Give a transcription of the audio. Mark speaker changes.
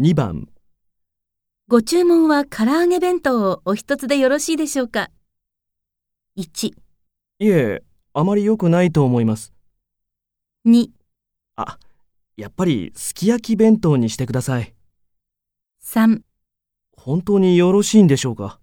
Speaker 1: 2番、
Speaker 2: ご注文は唐揚げ弁当をお一つでよろしいでしょうか ?1、
Speaker 1: いえ、あまり良くないと思います。
Speaker 2: 2、
Speaker 1: やっぱりすき焼き弁当にしてください。
Speaker 2: 3
Speaker 1: 本当によろしいんでしょうか